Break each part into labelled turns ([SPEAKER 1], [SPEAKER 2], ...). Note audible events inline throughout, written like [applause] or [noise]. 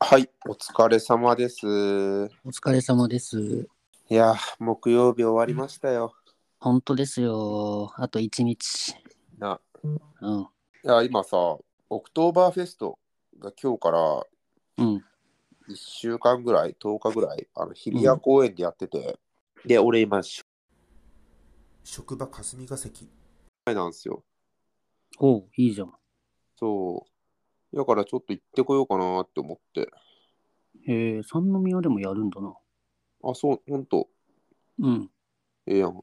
[SPEAKER 1] はい、お疲れ様です。
[SPEAKER 2] お疲れ様です。
[SPEAKER 1] いやー、木曜日終わりましたよ。
[SPEAKER 2] 本当ですよ。あと1日。
[SPEAKER 1] な、
[SPEAKER 2] うん。
[SPEAKER 1] いや、今さ、オクトーバーフェストが今日から
[SPEAKER 2] うん。
[SPEAKER 1] 1週間ぐらい、10日ぐらい、あの日比谷公園でやってて、で、俺今、し職場霞が関なんですよ。
[SPEAKER 2] おう、いいじゃん。
[SPEAKER 1] そう。だからちょっと行ってこようかなって思って。
[SPEAKER 2] へえ、三宮でもやるんだな。
[SPEAKER 1] あ、そう、ほんと、
[SPEAKER 2] うん。
[SPEAKER 1] ええやん。行っ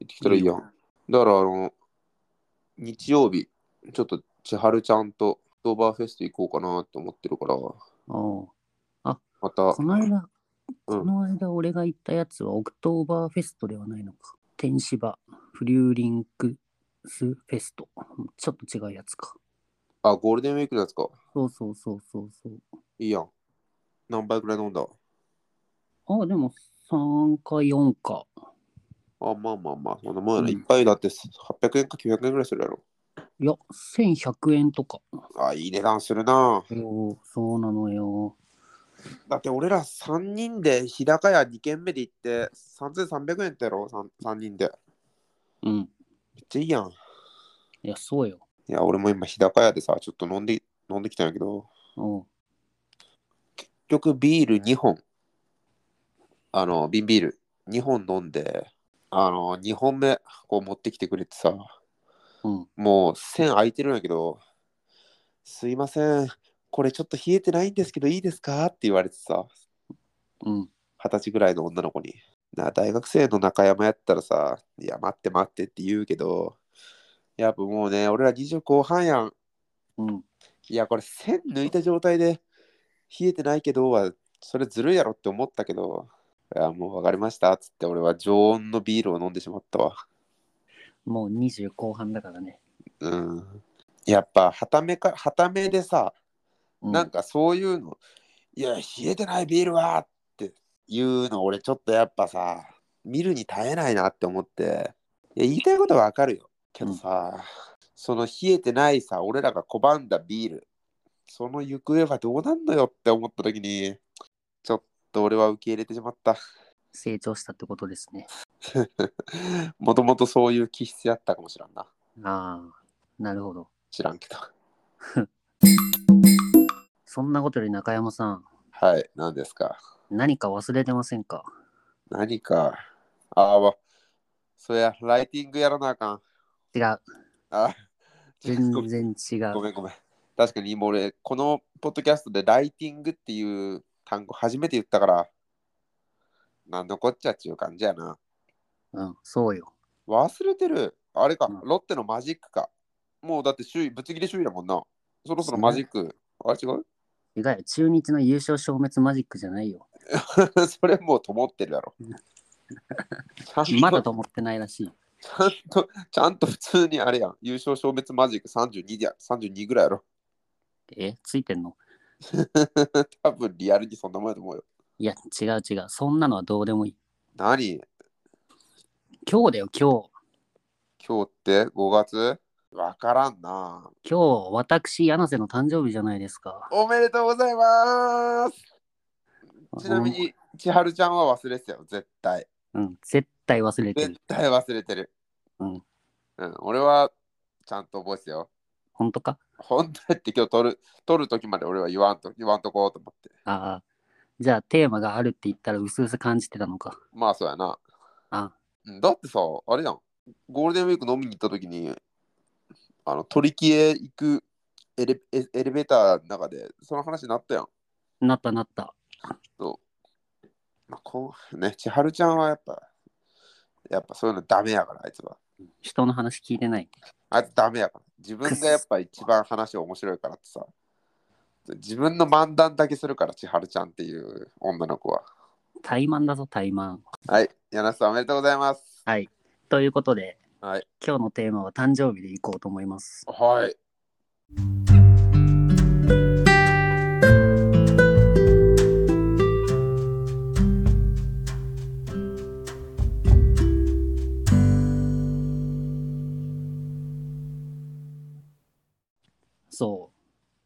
[SPEAKER 1] てきたらいいやん。だから、あの、日曜日、ちょっと千春ちゃんとオクトーバーフェスト行こうかなって思ってるから、
[SPEAKER 2] おう
[SPEAKER 1] また
[SPEAKER 2] こ、の間、
[SPEAKER 1] うん
[SPEAKER 2] この間俺が行ったやつはオクトーバーフェストではないのか。天芝フリューリンクスフェスト。ちょっと違うやつか。
[SPEAKER 1] あ、ゴールデンウィークのやつか。
[SPEAKER 2] そうそうそうそうそう。
[SPEAKER 1] いいやん。何杯くらい飲んだ
[SPEAKER 2] ああ、でも3か4か。
[SPEAKER 1] あ、まあまあまあ、そんなもんやな。
[SPEAKER 2] うん
[SPEAKER 1] 一杯だって800円か900円くらいするやろ。
[SPEAKER 2] いや、1100円とか。
[SPEAKER 1] あ、いい値段するな。
[SPEAKER 2] おうそうなのよ。
[SPEAKER 1] だって俺ら3人で日高屋2軒目で行って3300円ってやろ 3, 3人で。
[SPEAKER 2] うん。
[SPEAKER 1] めっちゃいいやん。
[SPEAKER 2] いや、そうよ。
[SPEAKER 1] いや、俺も今日高屋でさ、ちょっと飲んで、飲んできたんやけど、
[SPEAKER 2] おう
[SPEAKER 1] 結局ビール2本、あの、瓶ビール2本飲んで、あの、2本目こう持ってきてくれてさ、
[SPEAKER 2] うん。
[SPEAKER 1] もう線空いてるんやけど、すいません、これちょっと冷えてないんですけどいいですかって言われてさ、
[SPEAKER 2] うん。
[SPEAKER 1] 二十歳ぐらいの女の子に。な大学生の中山やったらさ、いや、待って待ってって言うけど、やっぱもうね、俺ら20後半やん。
[SPEAKER 2] うん。
[SPEAKER 1] いや、これ線抜いた状態で冷えてないけどは、それずるいやろって思ったけど、いや、もう分かりましたっつって、俺は常温のビールを飲んでしまったわ。
[SPEAKER 2] もう20後半だからね。
[SPEAKER 1] うん。やっぱ、はためか、はためでさ、
[SPEAKER 2] う
[SPEAKER 1] なんかそういうの、いや、冷えてないビールはっていうの、俺ちょっとやっぱさ、見るに耐えないなって思って、いや言いたいことはわかるよ。けどさ、その冷えてないさ、俺らが拒んだビール、その行方はどうなんのよって思った時に、ちょっと俺は受け入れてしまった。
[SPEAKER 2] 成長したってことですね。
[SPEAKER 1] もともとそういう気質やったかもしらんな。
[SPEAKER 2] ああ、なるほど。
[SPEAKER 1] 知らんけど。
[SPEAKER 2] そんなことより中山さん、
[SPEAKER 1] はい、何ですか。
[SPEAKER 2] 何か忘れてませんか
[SPEAKER 1] 何か。ああ、そりゃ、ライティングやらなあかん。
[SPEAKER 2] 違う。
[SPEAKER 1] あ、
[SPEAKER 2] 全
[SPEAKER 1] ごめん
[SPEAKER 2] 然違
[SPEAKER 1] ご
[SPEAKER 2] う。
[SPEAKER 1] めんごめん。確かに今俺、このポッドキャストでライティングっていう単語初めて言ったから、なんのこっちゃっていう感じやな。
[SPEAKER 2] うん、そうよ。
[SPEAKER 1] 忘れてる。あれか、
[SPEAKER 2] うん
[SPEAKER 1] ロッテのマジックか。もうだって首位、ぶっちぎり首位だもんな。そろそろマジック。あれ違う [laughs]
[SPEAKER 2] 違うよ。中日の優勝消滅マジックじゃないよ。
[SPEAKER 1] それもうともってるやろ。ちゃ
[SPEAKER 2] [laughs] ま
[SPEAKER 1] んと
[SPEAKER 2] だと思ってないらしい。
[SPEAKER 1] ちゃんと、ちゃんと普通にあれやん。優勝消滅マジック32でや32ぐらいやろ。 [laughs]
[SPEAKER 2] え、ついてんの
[SPEAKER 1] 多分リアルにそんなもんやと思うよ。
[SPEAKER 2] いや、違う違う。そんなのはどうでもいい。
[SPEAKER 1] 何
[SPEAKER 2] 今日だよ、今日。
[SPEAKER 1] 今日って5月わからんな。
[SPEAKER 2] 今日、私、柳瀬の誕生日じゃないですか。
[SPEAKER 1] おめでとうございますちなみに、千春ちゃんは忘れてたよ、絶対。
[SPEAKER 2] うん、うん、絶対忘れて
[SPEAKER 1] 絶
[SPEAKER 2] る。
[SPEAKER 1] 対忘れてる。
[SPEAKER 2] うん、
[SPEAKER 1] うん、俺はちゃんと覚えてたよ。
[SPEAKER 2] 本当か
[SPEAKER 1] 本当やって今日撮る、撮る時まで俺は言わんと、言わんとこうと思って。
[SPEAKER 2] ああ。じゃあ、テーマがあるって言ったら、うすうす感じてたのか。
[SPEAKER 1] まあそうやな。
[SPEAKER 2] あ
[SPEAKER 1] うんだってさ、あれやん。ゴールデンウィーク飲みに行った時に、あの、取り木へ行くエレエエレベーターの中で、その話になったやん。
[SPEAKER 2] なったなった。
[SPEAKER 1] まあ、こうね、千春ちゃんはやっぱ、やっぱそういうのダメやから、あいつは。
[SPEAKER 2] 人の話聞いてない。
[SPEAKER 1] あいつダメやから。自分がやっぱ一番話面白いからってさ。自分の漫談だけするから、千春ちゃんっていう女の子は。
[SPEAKER 2] 怠慢だぞ、怠慢。
[SPEAKER 1] はい、柳瀬さんおめでとうございます。
[SPEAKER 2] はい。ということで、
[SPEAKER 1] はい。
[SPEAKER 2] 今日のテーマは誕生日でいこうと思います。
[SPEAKER 1] はい。
[SPEAKER 2] そう。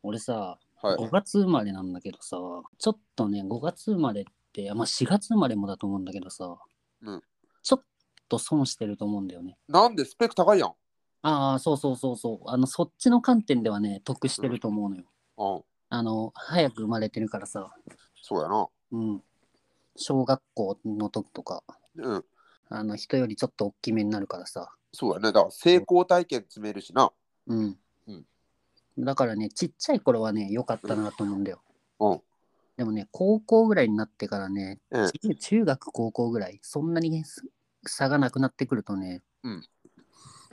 [SPEAKER 2] 俺さ、
[SPEAKER 1] はい。
[SPEAKER 2] 5月生まれなんだけどさ、ちょっとね、5月生まれって、まあ4月生まれもだと思うんだけどさ、
[SPEAKER 1] うん
[SPEAKER 2] ちょっと損してると思うんだよね。
[SPEAKER 1] なんでスペック高いやん。
[SPEAKER 2] ああ、そうそうそうそう。あの、そっちの観点ではね、得してると思うのよ。
[SPEAKER 1] うん。
[SPEAKER 2] あの、早く生まれてるからさ、
[SPEAKER 1] そうやな。
[SPEAKER 2] うん。小学校の時とか、
[SPEAKER 1] うん。
[SPEAKER 2] あの、人よりちょっと大きめになるからさ、
[SPEAKER 1] そうやね。だから成功体験詰めるしな。
[SPEAKER 2] うん。
[SPEAKER 1] うん
[SPEAKER 2] だからね、ちっちゃい頃はね、良かったなと思うんだよ。
[SPEAKER 1] うん。
[SPEAKER 2] でもね、高校ぐらいになってからね、
[SPEAKER 1] うん
[SPEAKER 2] 中中学、高校ぐらい、そんなにねす差がなくなってくるとね、
[SPEAKER 1] うん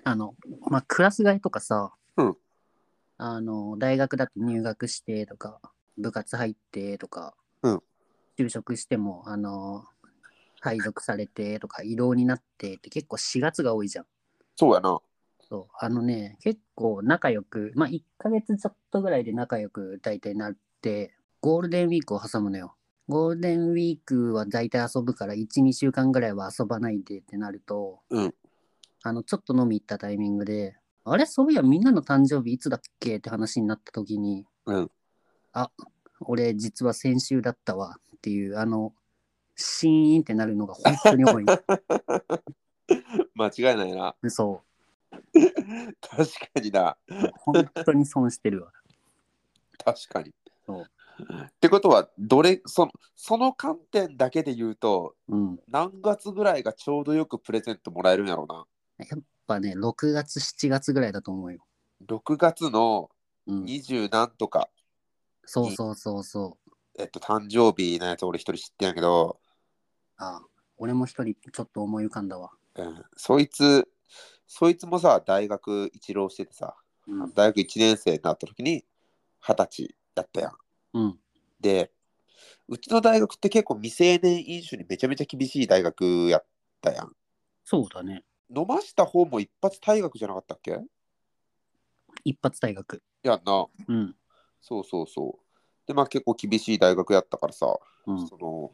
[SPEAKER 2] あの、まあ、クラス替えとかさ、
[SPEAKER 1] うん
[SPEAKER 2] あの、大学だって入学してとか、部活入ってとか、
[SPEAKER 1] うん
[SPEAKER 2] 就職しても、あの、配属されてとか、移動になってって結構4月が多いじゃん。
[SPEAKER 1] そうやな。
[SPEAKER 2] そうあのね結構仲良くまあ1ヶ月ちょっとぐらいで仲良く大体なってゴールデンウィークを挟むのよゴールデンウィークは大体遊ぶから12週間ぐらいは遊ばないでってなると、
[SPEAKER 1] うん
[SPEAKER 2] あのちょっと飲み行ったタイミングであれそういやみんなの誕生日いつだっけって話になった時に、
[SPEAKER 1] うん
[SPEAKER 2] あ俺実は先週だったわっていうあのシーンってなるのが本当に多い
[SPEAKER 1] [laughs] 間違いないな。
[SPEAKER 2] そう
[SPEAKER 1] 確かにな。
[SPEAKER 2] 本当に損してるわ
[SPEAKER 1] 確かに。
[SPEAKER 2] そう
[SPEAKER 1] ってことは、どれその、その観点だけで言うと、
[SPEAKER 2] うん
[SPEAKER 1] 何月ぐらいがちょうどよくプレゼントもらえるんやろうな。
[SPEAKER 2] やっぱね、6月、7月ぐらいだと思うよ。
[SPEAKER 1] 6月の
[SPEAKER 2] うん、
[SPEAKER 1] 20何とか、
[SPEAKER 2] そうそうそうそう。
[SPEAKER 1] えっと、誕生日のやつ俺一人知ってんやけど、
[SPEAKER 2] あ俺も一人ちょっと思い浮かんだわ。
[SPEAKER 1] うん、そいつ、そいつもさ、大学一浪しててさ、
[SPEAKER 2] うん。
[SPEAKER 1] 大学1年生になった時に二十歳だったやん。
[SPEAKER 2] うん。
[SPEAKER 1] で、うちの大学って結構未成年飲酒にめちゃめちゃ厳しい大学やったやん。
[SPEAKER 2] そうだね。
[SPEAKER 1] 飲ました方も一発退学じゃなかったっけ
[SPEAKER 2] 一発退学。
[SPEAKER 1] やんな。
[SPEAKER 2] うん。
[SPEAKER 1] そうそうそう。で、まあ結構厳しい大学やったからさ、
[SPEAKER 2] うん。
[SPEAKER 1] その、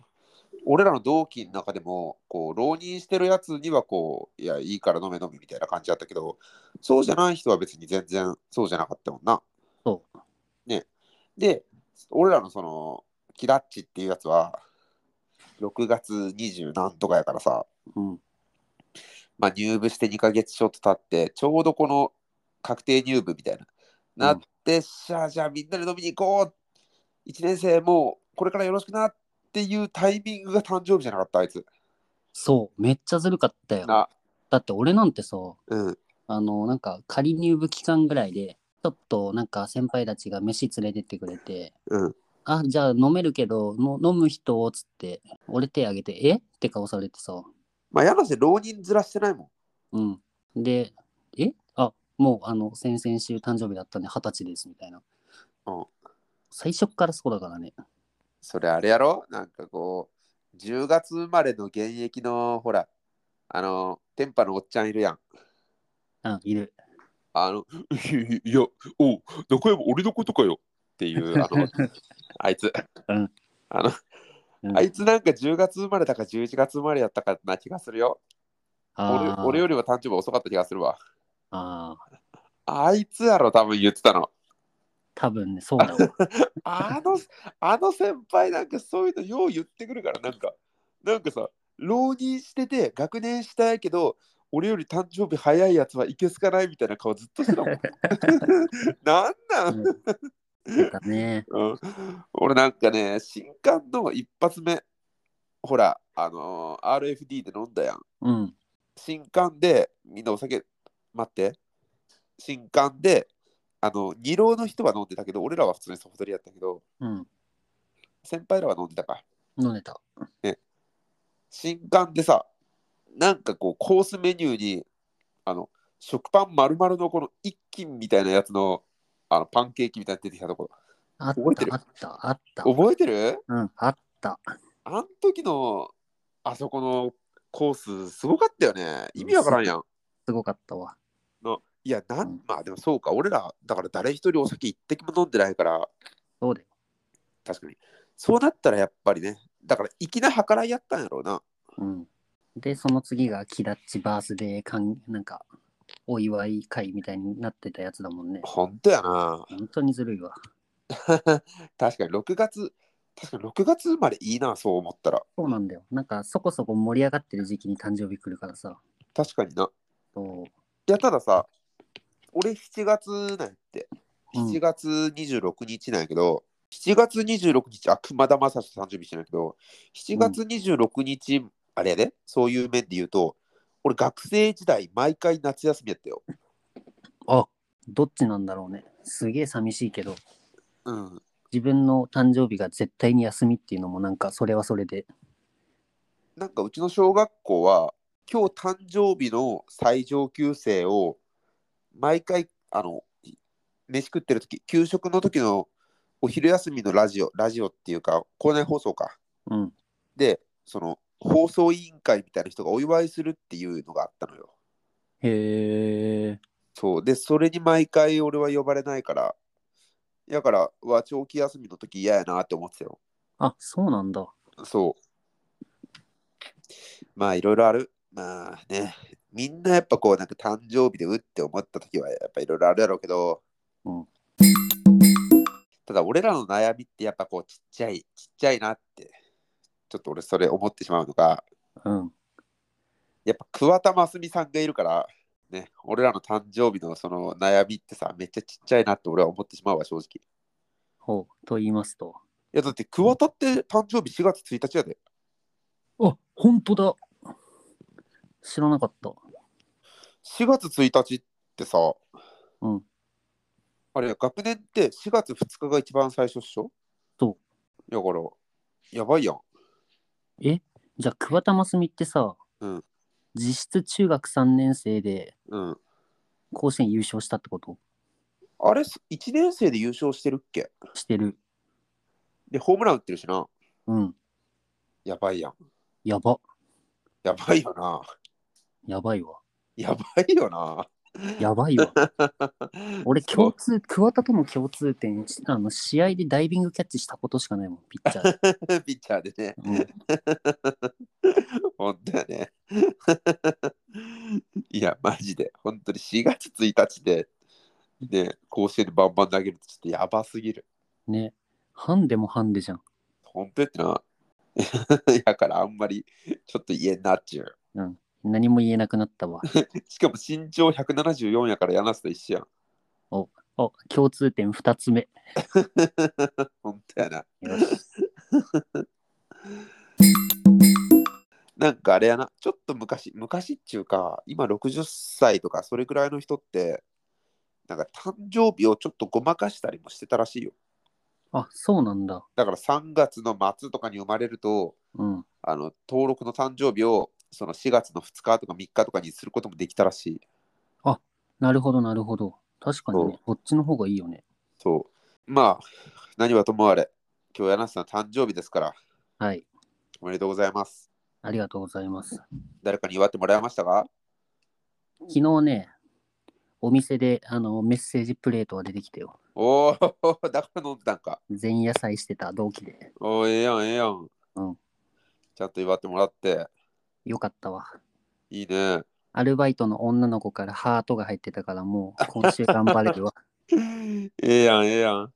[SPEAKER 1] 俺らの同期の中でも、こう、浪人してるやつには、こう、いや、いいから飲め飲めみたいな感じだったけど、そうじゃない人は別に全然そうじゃなかったもんな。
[SPEAKER 2] そ
[SPEAKER 1] で、俺らのその、キラッチっていうやつは、6月20何とかやからさ、
[SPEAKER 2] う。うん。
[SPEAKER 1] まあ、入部して2ヶ月ちょっと経って、ちょうどこの確定入部みたいな。なって、しゃあ、じゃあみんなで飲みに行こう !1 年生もうこれからよろしくなっていうタイミングが誕生日じゃなかった、あいつ。
[SPEAKER 2] そう。めっちゃずるかったよ。
[SPEAKER 1] な、
[SPEAKER 2] だって俺なんてさ、
[SPEAKER 1] うん、
[SPEAKER 2] あの、なんか仮入部期間ぐらいで、ちょっとなんか先輩たちが飯連れてってくれて、
[SPEAKER 1] うん。
[SPEAKER 2] あ、じゃあ飲めるけど、の飲む人をつって、俺手挙げて、えって顔されてさ、
[SPEAKER 1] まあ、柳瀬、浪人ずらしてないもん。
[SPEAKER 2] うん。で、えあ、もう、あの、先々週誕生日だったんで、二十歳です、みたいな。
[SPEAKER 1] うん
[SPEAKER 2] 最初っからそうだからね。
[SPEAKER 1] それあれやろなんかこう、10月生まれの現役の、ほら、あの、天パのおっちゃんいるやん。
[SPEAKER 2] うん、いる。
[SPEAKER 1] あの、 [laughs] いや、おう、中山、俺のことかよっていう、あ
[SPEAKER 2] [laughs]
[SPEAKER 1] の、あいつ。
[SPEAKER 2] うん
[SPEAKER 1] あの、
[SPEAKER 2] うん
[SPEAKER 1] あいつなんか10月生まれだか11月生まれやったかな気がするよ。俺
[SPEAKER 2] あー
[SPEAKER 1] 俺よりは誕生日遅かった気がするわ。
[SPEAKER 2] あー、
[SPEAKER 1] あいつやろ、多分言ってたの。
[SPEAKER 2] 多分ね、そう
[SPEAKER 1] [laughs]
[SPEAKER 2] だわ。
[SPEAKER 1] あの、あの先輩なんかそういうのよう言ってくるから、なんか、なんかさ、浪人してて学年したいけど、俺より誕生日早いやつはいけすかないみたいな顔ずっとしてたもん。なんなん
[SPEAKER 2] そうだね。
[SPEAKER 1] うん、俺なんかね、新刊の一発目、ほら、あのー RFD で飲んだやん。
[SPEAKER 2] うん。
[SPEAKER 1] 新刊で、みんなお酒、待って、新刊で、あの、二郎の人は飲んでたけど、俺らは普通にソフトリやったけど、
[SPEAKER 2] うん。
[SPEAKER 1] 先輩らは飲んでたか。
[SPEAKER 2] 飲んでた。
[SPEAKER 1] 新刊でさ、なんかこう、コースメニューに、あの、食パン丸々のこの一斤みたいなやつの、あの、パンケーキみたいなの出てきたとこ
[SPEAKER 2] あっ
[SPEAKER 1] 覚えてる
[SPEAKER 2] た、あった、あった。
[SPEAKER 1] ろ。覚えてる
[SPEAKER 2] うん、あった。
[SPEAKER 1] あん時のあそこのコースすごかったよね。意味わからんやん。
[SPEAKER 2] すごかったわ。
[SPEAKER 1] いや、な
[SPEAKER 2] うん
[SPEAKER 1] ん、まあでもそうか、俺ら、だから誰一人お酒一滴も飲んでないから、
[SPEAKER 2] そうだよ。
[SPEAKER 1] 確かに。そうなったらやっぱりね、だから粋な計らいやったんやろうな。
[SPEAKER 2] うん。で、その次が、キダッチバースデーかん、なんか、お祝い会みたいになってたやつだもんね。
[SPEAKER 1] ほんとやな。
[SPEAKER 2] 本当にずるいわ。
[SPEAKER 1] 確かに6月、確かに6月生まれいいな、そう思ったら。
[SPEAKER 2] そうなんだよ。なんかそこそこ盛り上がってる時期に誕生日来るからさ。
[SPEAKER 1] 確かにな。
[SPEAKER 2] そう
[SPEAKER 1] いや、たださ、俺7月なんやって、
[SPEAKER 2] うん
[SPEAKER 1] 7月26日なんやけど、7月26日、あ、熊田正史誕生日してないけど、7月26日、あれやで、そういう面で言うと、俺学生時代、毎回夏休みやったよ。
[SPEAKER 2] あどっちなんだろうね。すげえ寂しいけど、
[SPEAKER 1] うん。
[SPEAKER 2] 自分の誕生日が絶対に休みっていうのもなんかそれはそれで。
[SPEAKER 1] なんかうちの小学校は、今日誕生日の最上級生を、毎回、あの、飯食ってる時給食の時のお昼休みのラジオ、ラジオっていうか、校内放送か。
[SPEAKER 2] うん。
[SPEAKER 1] で、その放送委員会みたいな人がお祝いするっていうのがあったのよ。
[SPEAKER 2] へえ。
[SPEAKER 1] そう。で、それに毎回俺は呼ばれないから、だから、うわ、長期休みの時嫌やなって思ってたよ。
[SPEAKER 2] あそうなんだ。
[SPEAKER 1] そう。まあ、いろいろある。まあね、みんなやっぱこう、なんか誕生日でうって思った時は、やっぱいろいろあるやろうけど、
[SPEAKER 2] うん
[SPEAKER 1] ただ、俺らの悩みってやっぱこう、ちっちゃい、ちっちゃいなって、ちょっと俺それ思ってしまうのが、
[SPEAKER 2] うん。
[SPEAKER 1] やっぱ桑田真澄さんがいるから、ね、俺らの誕生日のその悩みってさ、めっちゃちっちゃいなって俺は思ってしまうわ、正直。い
[SPEAKER 2] ほう。と言いますと。
[SPEAKER 1] や、だって桑田って誕生日4月1日やで。
[SPEAKER 2] あ本当だ。知らなかった。
[SPEAKER 1] 4月1日ってさ、
[SPEAKER 2] うん
[SPEAKER 1] あれや、学年って4月2日が一番最初っしょ。
[SPEAKER 2] そう
[SPEAKER 1] だから、やばいやん。
[SPEAKER 2] じゃあ桑田真澄ってさ、
[SPEAKER 1] うん
[SPEAKER 2] 実質中学3年生で
[SPEAKER 1] うん。
[SPEAKER 2] 甲子園優勝したってこと
[SPEAKER 1] あれ、1年生で優勝してるっけ
[SPEAKER 2] してる。
[SPEAKER 1] で、ホームラン打ってるしな。
[SPEAKER 2] うん。
[SPEAKER 1] やばいやん。
[SPEAKER 2] やば。
[SPEAKER 1] やばいよな。
[SPEAKER 2] やばいわ。
[SPEAKER 1] やばいよな。
[SPEAKER 2] やばいわ。俺、
[SPEAKER 1] そう
[SPEAKER 2] 共
[SPEAKER 1] [laughs]
[SPEAKER 2] 通、桑田との共通点、あの試合でダイビングキャッチしたことしかないもん、ピッチャ
[SPEAKER 1] [laughs]
[SPEAKER 2] ーで。
[SPEAKER 1] ピッチャーでね。
[SPEAKER 2] うん、
[SPEAKER 1] 本当やね。 [laughs] いや、マジで。本当に4月1日で、ね、甲子園でバンバン投げるってちょっとやばすぎる。
[SPEAKER 2] ね。ハンデもハンデじゃん。
[SPEAKER 1] 本当やってな。 [laughs] やからあんまりちょっと言えんなっちゅう。
[SPEAKER 2] 何も言えなくなったわ。
[SPEAKER 1] しかも身長174やから柳瀬と一緒やん。 [laughs]
[SPEAKER 2] あ、共通点2つ目。
[SPEAKER 1] 本当やな。
[SPEAKER 2] よし。
[SPEAKER 1] なんかあれやな。ちょっと昔、昔っちゅうか、今60歳とかそれくらいの人って、なんか誕生日をちょっとごまかしたりもしてたらしいよ。
[SPEAKER 2] あ、そうなんだ。
[SPEAKER 1] だから3月の末とかに生まれると、
[SPEAKER 2] うん。
[SPEAKER 1] あの登録の誕生日をその4月の2日とか3日とかにすることもできたらしい。
[SPEAKER 2] なるほど、なるほど。確かに
[SPEAKER 1] そ
[SPEAKER 2] ね、こっちの方がいいよね。
[SPEAKER 1] そう。まあ、何はともあれ、今日柳瀬さん誕生日ですから、
[SPEAKER 2] はい。
[SPEAKER 1] おめでとうございます。
[SPEAKER 2] ありがとうございます。
[SPEAKER 1] 誰かに祝ってもらいましたか
[SPEAKER 2] 昨日ね、お店であのメッセージプレートが出てきたよ。
[SPEAKER 1] おお、 [laughs] だから飲んでたんか。
[SPEAKER 2] 前夜祭してた同期で。
[SPEAKER 1] おお、ええやん、ええやん。
[SPEAKER 2] うん
[SPEAKER 1] ちゃんと祝ってもらって、
[SPEAKER 2] よかったわ。
[SPEAKER 1] いいね。
[SPEAKER 2] アルバイトの女の子からハートが入ってたからもう今週頑張れるわ。
[SPEAKER 1] ええやん、ええやん。